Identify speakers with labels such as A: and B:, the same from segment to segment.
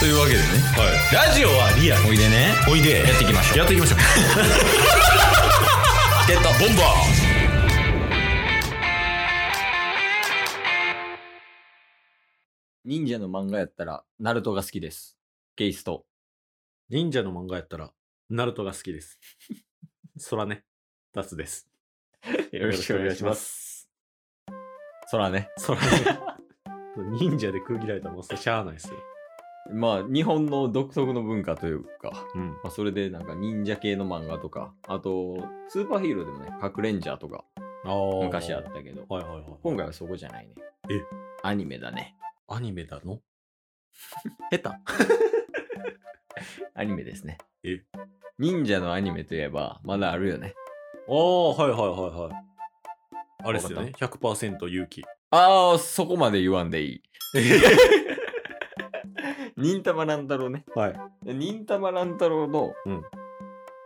A: というわけでね
B: はい。ラジオはリアル。
A: おいでね
B: おいで。
A: やっていきましょう
B: やってい きましょう。
A: ゲットボンバ
C: 忍者の漫画やったら、ナルトが好きです。ケイスト。
B: 忍者の漫画やったら、ナルトが好きです。そらね、ダツです。
C: よ。
B: ろしくお願いします
C: そらね。
B: そらね、忍者で区切られたらもんしゃあないですよ。
C: まあ、日本の独特の文化というか、
B: うん。
C: まあ、それでなんか忍者系の漫画とか、あと、スーパーヒーローでもね、カクレンジャーとか、
B: ああ。
C: 昔あったけど、
B: はいはいはい。
C: 今回はそこじゃないね。
B: え
C: アニメだね。
B: アニメだの
C: 下手 アニメですね。
B: え
C: 忍者のアニメといえば、まだあるよね。
B: ああ、はいはいはいはい。あれですよ
C: わ
B: ね。100%勇気。
C: ああ、そこまで言わんでいい。 忍たま乱太郎ね。
B: はい。
C: で忍たま乱太郎の、
B: うん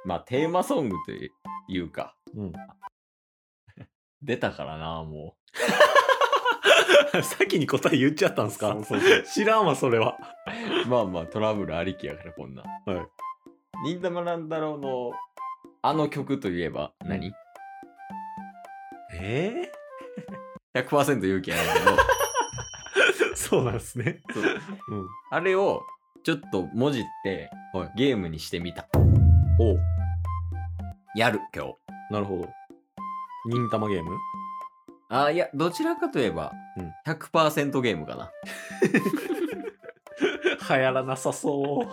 C: まあテーマソングというか、
B: うん
C: 出たからな、も
B: 先に答え言っちゃったん
C: う。
B: すか
C: そうそう
B: 知らんわ、それは。
C: まあまあトラブルありきやからこんな。
B: はい。
C: 忍たま乱太郎のあの曲といえば何、
B: え
C: ?100% 勇気やないけど、
B: えそうなんですね。
C: そう
B: うん。
C: あれをちょっと文字って、
B: はい
C: ゲームにしてみた。
B: おう
C: やる、今日。
B: なるほど。忍たまゲーム
C: あいや、どちらかといえば、100%ゲームかな。
B: 流行らなさそう。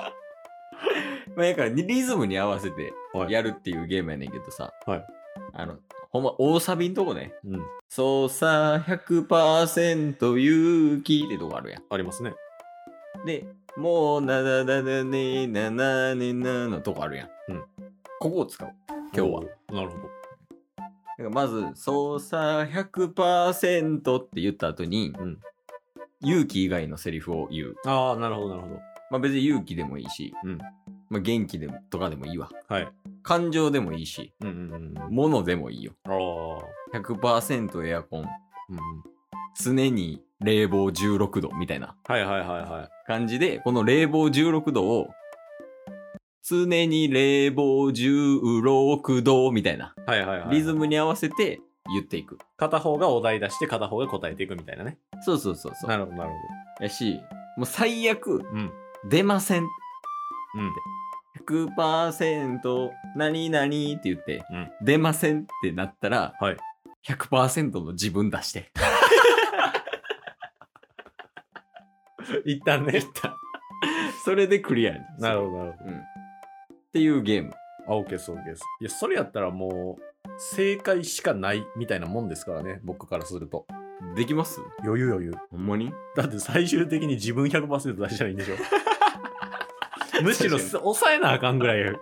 C: まあ、やからリズムに合わせて
B: はい
C: やるっていうゲームやねんけどさ、
B: はい
C: あの、ほんま大サビんとこね、
B: うん。
C: そうさ100%勇気ってとこあるや
B: ありますね。
C: ん。で、もうなだだだねななねなのとこあるやん。
B: うん
C: ここを使おう。今日は。だか
B: おー。なるほど。
C: らまず、そうさ100%って言った後に、
B: うん
C: 勇気以外のセリフを言う。
B: ああ、なるほど、なるほど。
C: まあ別に勇気でもいいし、
B: うん
C: まあ元気でもとかでもいいわ。
B: はい。
C: 感情でもいいし、
B: うんうんうん。あ
C: 物でもいいよ。
B: あー。
C: 100%エアコン、
B: うんうん。
C: 常に冷房16度みたいな
B: はいはいはいはい。
C: 感じで、この冷房16度を、常に冷房16度みたいな
B: はいはいはい。
C: リズムに合わせて言っていく。
B: 片方がお題出して片方が答えていくみたいなね。
C: そうそうそうそう。
B: なるほど、なる
C: やし、もう最悪、
B: ほど。うん。
C: 出ません。
B: うん。
C: 100%何々って言って、
B: うん
C: 出ませんってなったら、
B: はい
C: 100%の自分出して。
B: 一旦ね。
C: それでクリアに。
B: なるほど、なるほ
C: うん。っていうゲーム。
B: ど。あ、オッケーです、オッケーです。いや、それやったらもう、正解しかないみたいなもんですからね、僕からすると。
C: できます
B: 余裕余裕。
C: ほんまに
B: だって最終的に自分100%出したらいいんで しょ。むしろ
C: 確か
B: 抑えなあかんぐらい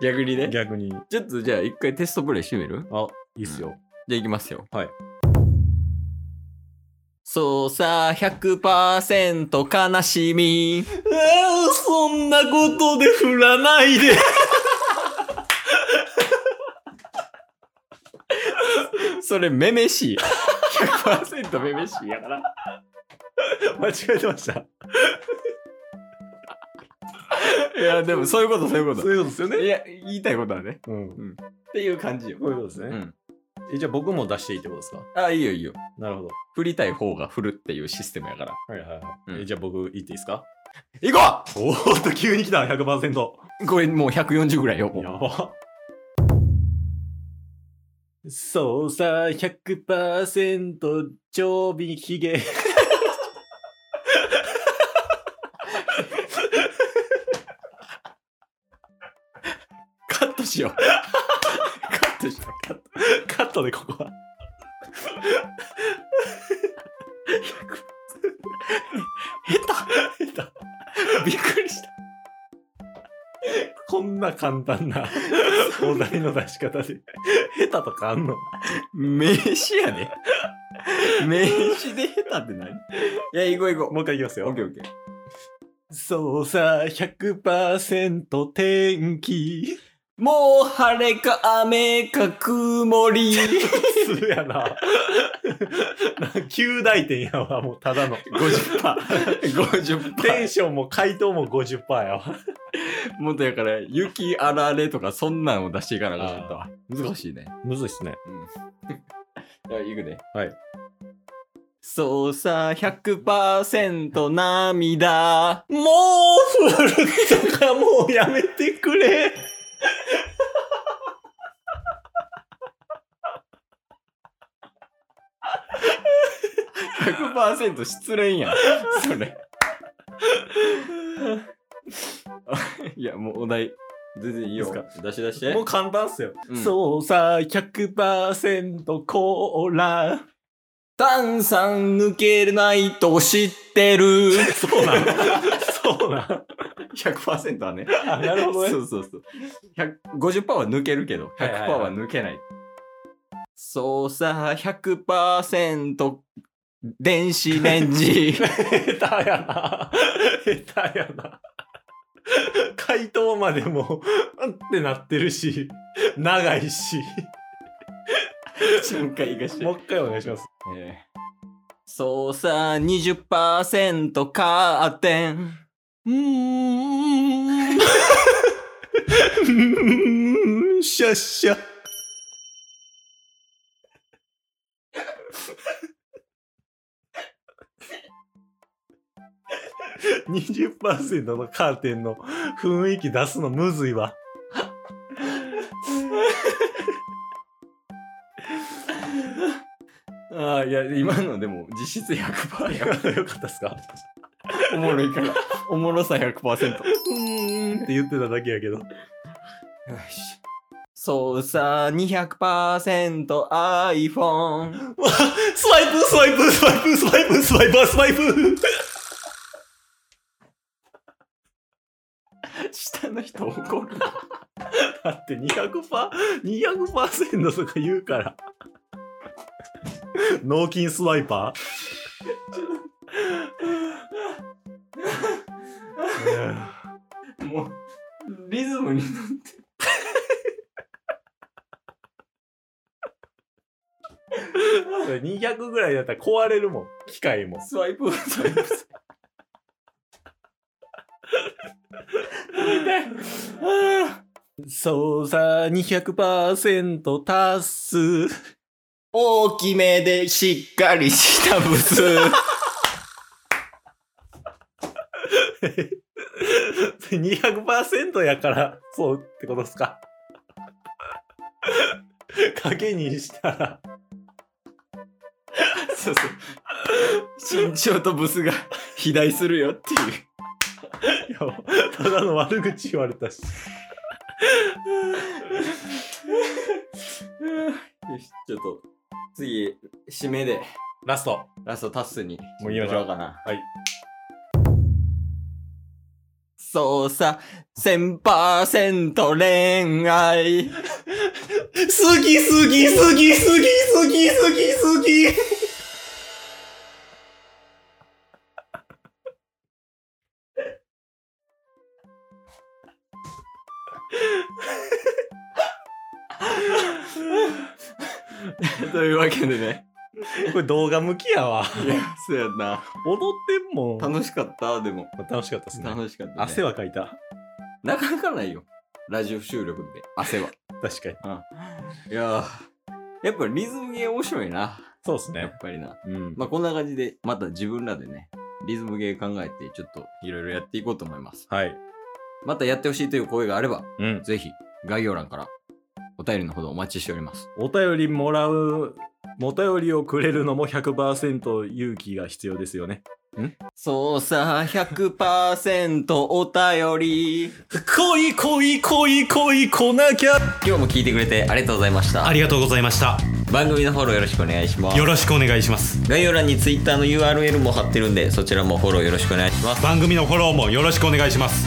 C: 逆にね。
B: 逆に。
C: ちょっとじゃあ一回テストプレイしてみる
B: あ、いいっすよ。
C: じゃあいきますよ。
B: はい。
C: そうさ、100%悲しみ。
B: そんなことで振らないで。
C: それ、めめしい。100%めめしいやから。
B: 間違えてました。
C: いや、でもそういうこと、そういうこ
B: そういうことですよ
C: と。い
B: ね。
C: や、言いたいことはね。
B: うん。こ
C: っていう感じよ。
B: ういうことです
C: う
B: ね。
C: ん。
B: えじゃあ僕も出していいってことですか
C: あ、いいよいいよ。
B: なるほど。
C: 振りたい方が振るっていうシステムやから。
B: はいはいはい。
C: うん
B: えじゃあ僕言っていいですか
C: 行こ
B: おーっと、急に来た、100%。
C: うこれもう140ぐらいよ。もう
B: やば。そうさ、100%常備ひげ。
C: カットしよう。カットしよう。
B: カットで、ここは。 下手下
C: びっくりした。
B: 手こんな簡単 なお題の出し方で。下手とかあんの
C: 名詞やね。名詞で下手って何いや、行こう行こ
B: もう一回いきます
C: う。
B: よ。
C: オッケーオッケー。
B: そうさ、100%天気。
C: もう晴れか雨か曇り。
B: 普通やな。9大点やわ、もうただ の。50%。
C: 50%。
B: テンションも回答も50%やわ。
C: もっとやから、雪あられとかそんなんを出していかなあかんかったわ。難しいね。
B: むずいっす ね。
C: じゃあ、行くね。
B: はい。
C: そうさ、100%涙。もう降る
B: とかもうやめてくれ。
C: 100%失恋やん。それ。 いや、もうお題、全然いいよ。
B: いいっ
C: 出し出して。
B: もう簡単っすよ。
C: うん
B: そうさ、100%コーラ。
C: 炭酸抜けないと知ってる。
B: そうなん そうなん
C: 100%はね。
B: あなるほどね。
C: そうそうそう。100 50%は抜けるけど、
B: はいはいはい
C: 100%は抜けない。そうさ、100%電子レンジ。
B: 下手やな。下手やな。回答までもう、うんってなってるし、長いし。
C: もう一回言い返して
B: もう一回お願いします。
C: えーそうさ、20%カーテン。うーん。
B: うん、シャッシャ。20%のカーテンの雰囲気出すのむずいわ。
C: ああ、いや、今のでも実質100%や。
B: よかったっすか
C: おもろいから。おもろさ100%。
B: うーんって言ってただけやけど。
C: よし。そうさ、200%iPhone。
B: スワイプスワイプスワイプスワイプスワイプスワイプ
C: 下の人怒るな。
B: だって 200%?200% とか言うから。脳筋スワイパー
C: もう、リズムに乗
B: それ200ぐらいだったら壊れるもん機械も
C: スワイプ、スワイプ。
B: そうさ200%達す
C: 大きめでしっかりしたブス。
B: 200%やからそうってことっすか 影にしたら
C: そうそう。身長とブスが肥大するよっていう。
B: いやただの悪口言われたし
C: よし、ちょっと、次、締めで、
B: ラスト
C: ラストタスに、
B: もういいよな
C: 行きましょうかな。
B: はい。
C: そうさ、1000%恋 愛。
B: 好き好き好き好き好き好き好き
C: というわけでね。
B: これ動画向きやわ
C: いや、そうやんな。
B: 踊ってんもん
C: 楽しかった、でも。
B: 楽しかったっすね
C: 楽しかった、ね。
B: 汗はかいた
C: なかなかないよ。ラジオ収録で、汗は。
B: 確かに
C: いやーやっぱリズムゲー面白いな。
B: そうっす
C: やっ
B: ね
C: ぱりな。
B: うん
C: まあ、こんな感じで、また自分らでね、リズムゲー考えて、ちょっといろいろやっていこうと思います。
B: はい
C: またやってほしいという声があれば、
B: うん
C: ぜひ概要欄からお便りのほどお待ちしております。
B: お便りもらうお便りをくれるのも100%勇気が必要です よね
C: そうさ、100%お便り。
B: 恋恋恋恋来なきゃ
C: 今日も聞いてくれてありがとうございました
A: あ。りがとうございました。
C: 番組のフォローよろしくお願いします
A: よ。ろしくお願いします。
C: 概要欄に Twitter の URL も貼ってるんで、そちらもフォローよろしくお願いします。
A: 番組のフォローもよろしくお願いします。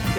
A: す